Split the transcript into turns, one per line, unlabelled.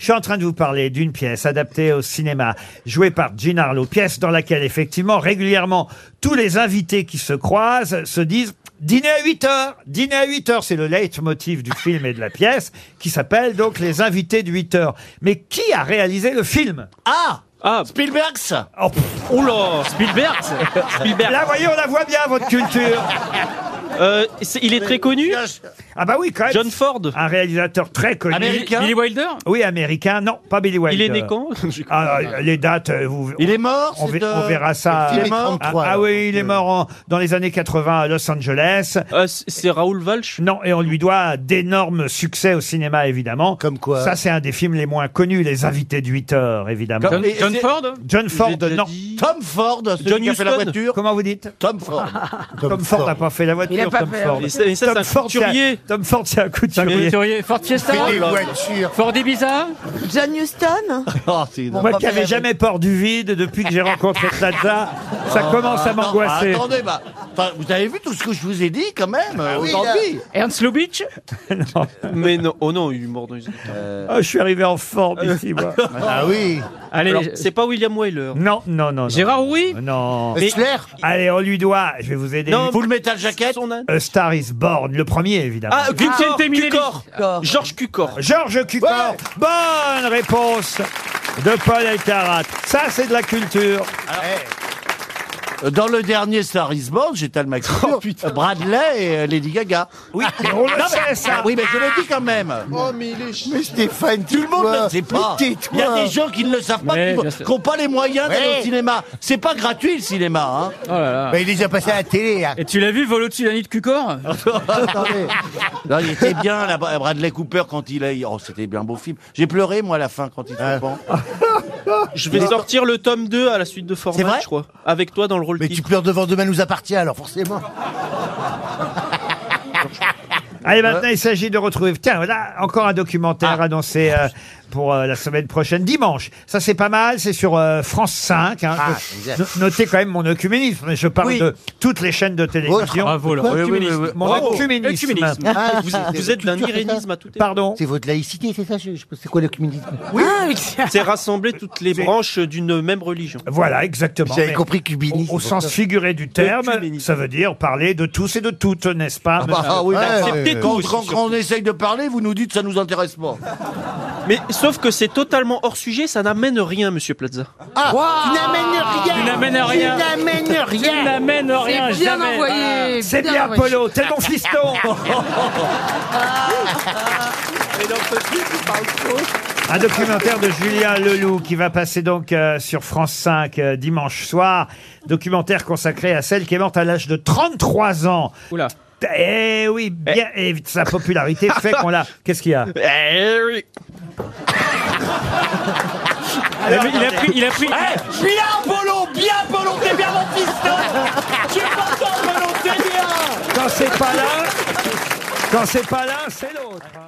suis en train de vous parler d'une pièce adaptée au cinéma, jouée par Jean Harlow, pièce dans laquelle effectivement régulièrement tous les invités qui se croisent se disent dîner à 8 heures, dîner à 8 heures, c'est le leitmotiv du film et de la pièce qui s'appelle donc les invités de 8 heures. Mais qui a réalisé le film Ah
Ah,
Spielbergs oh, pff,
oula, Spielberg, Spielberg.
Là, voyez, on la voit bien, votre culture
Euh, c'est- il est très connu.
Ah bah oui, quand même.
John Ford.
Un réalisateur très connu.
Américain
Billy Wilder.
Oui, américain. Non, pas Billy Wilder.
Il est né quand
Ah, les dates, euh, vous,
Il est mort
on,
c'est
ver-
de-
on verra ça.
Il est
Ah,
mort
ah, oui, il est mort en- dans les années 80 à Los Angeles.
Euh, c- C'est Raoul Walsh.
Non, et on lui doit d'énormes succès au cinéma, évidemment.
Comme quoi
Ça, c'est un des films les moins connus, Les Invités de 8 heures, évidemment.
Comme- John
Ford.
John Ford, non.
Tom Ford, celui
John
qui a fait la
Huston.
voiture.
Comment vous dites
Tom Ford.
Tom, Ford n'a pas fait la voiture.
Il a pas
Tom
fait la
Ford.
Et ça, et ça, hein. c'est
Tom
un
Ford, c'est un-
couturier.
Tom Ford, c'est un couturier.
Couturier. Ford Fiesta
Oh voitures.
Ford Ibiza
John Huston
Oh, c'est
Moi qui n'avais jamais peur du vide depuis que j'ai rencontré Plaza, ça commence à
Ah, Non,
m'angoisser.
attendez, bah, enfin, vous avez vu tout ce que je vous ai dit quand même
Ah
euh, aujourd'hui.
Ernst Lubitsch
Mais non, oh non, il est mort dans les années 40.
Ah, je suis arrivé en forme ici, moi.
Ah oui.
Allez,
Alors, c'est pas William Wyler.
Non, non, non. non.
Gérard Houry
Non.
Schler,
Allez, on lui doit, je vais vous aider.
Non,
vous le mettez à la jaquette.
Son âne.
A Star is Born, le premier, évidemment.
Ah, Vicente Cucor.
Cucor.
Georges Cucor.
Georges Cucor,
Ouais.
bonne réponse de Paul Alcarat. Ça, c'est de la culture.
Euh, Dans le dernier Star is Born, j'étais à le Maxime. Bradley et euh, Lady Gaga.
Oh, Oui, mais on le sait, ça.
Oui, mais je le dis quand même.
Oh, mais il est Mais Stéphane,
Tout le monde ne le sait pas.
Mais
Il y a des gens qui ne le savent pas,
Mais,
qui
bien
vont-
sûr.
qui n'ont pas les moyens d'aller
Ouais.
au cinéma. C'est pas gratuit le cinéma. Hein.
Oh là là.
il est déjà passé à la télé. hein.
Et tu l'as vu, vol au-dessus d'un nid de Cucor
Non, il était bien, là, Bradley Cooper, quand il a. Oh, c'était bien beau film. J'ai pleuré, moi, à la fin, quand il
Ah.
se pend.
Je vais sortir le tome 2 à la suite de
vrai
Format, je crois. Avec toi dans le rôle
Mais tu
titre.
pleures devant Demain nous appartient, alors forcément.
Allez, maintenant, il s'agit de retrouver. Tiens, voilà, encore un documentaire
Ah.
annoncé euh, pour euh, la semaine prochaine, dimanche. Ça, c'est pas mal, c'est sur euh, France 5. hein.
Ah,
Je-
exact.
no- notez quand même mon œcuménisme. Je parle
Oui. Oh,
de toutes les chaînes de télévision.
Bravo, là.
Oui, oui, oui, oui.
Mon
Bravo.
œcuménisme.
Œcuménisme.
Ah,
Vous,
c'est-
vous
c'est
êtes d'un
culture, c'est ça
irénisme à tout état.
Pardon
C'est votre laïcité, c'est ça je, je- C'est quoi le communisme
C'est rassembler toutes les branches d'une même religion.
Voilà, exactement.
J'avais
Mais
compris cubinisme.
Au, au sens figuré du terme,
Œcuménisme.
ça veut dire parler de tous et de toutes, n'est-ce pas
Bah, ah oui,
Ouais,
d'accord.
ouais,
Acceptez
ouais.
tout.
Quand,
aussi,
quand-
surtout.
quand on essaye de parler, vous nous dites ça nous intéresse pas.
Mais sauf que c'est totalement hors sujet, ça n'amène rien, monsieur Plaza.
Ah, Tu n'amènes rien
Tu n'amènes rien.
Tu n'amènes
Tu
rien
n'amènes rien,
C'est bien
jamais
envoyé
C'est bien,
envoyé.
Polo, t'es mon fiston Un documentaire de Julien Leloup qui va passer donc euh, sur France 5 euh, dimanche soir. Documentaire consacré à celle qui est morte à l'âge de 33 ans.
Oula.
Eh oui, bien, et sa popularité fait qu'on l'a. Qu'est-ce qu'il y a
Eh oui.
Ah,
Il a, il a pris, il a pris.
Bien, Polo Eh, Bien, Polo T'es bien mon fiston Tu es content, Polo T'es bien
Quand c'est pas l'un, quand c'est pas l'un, c'est l'autre. hein.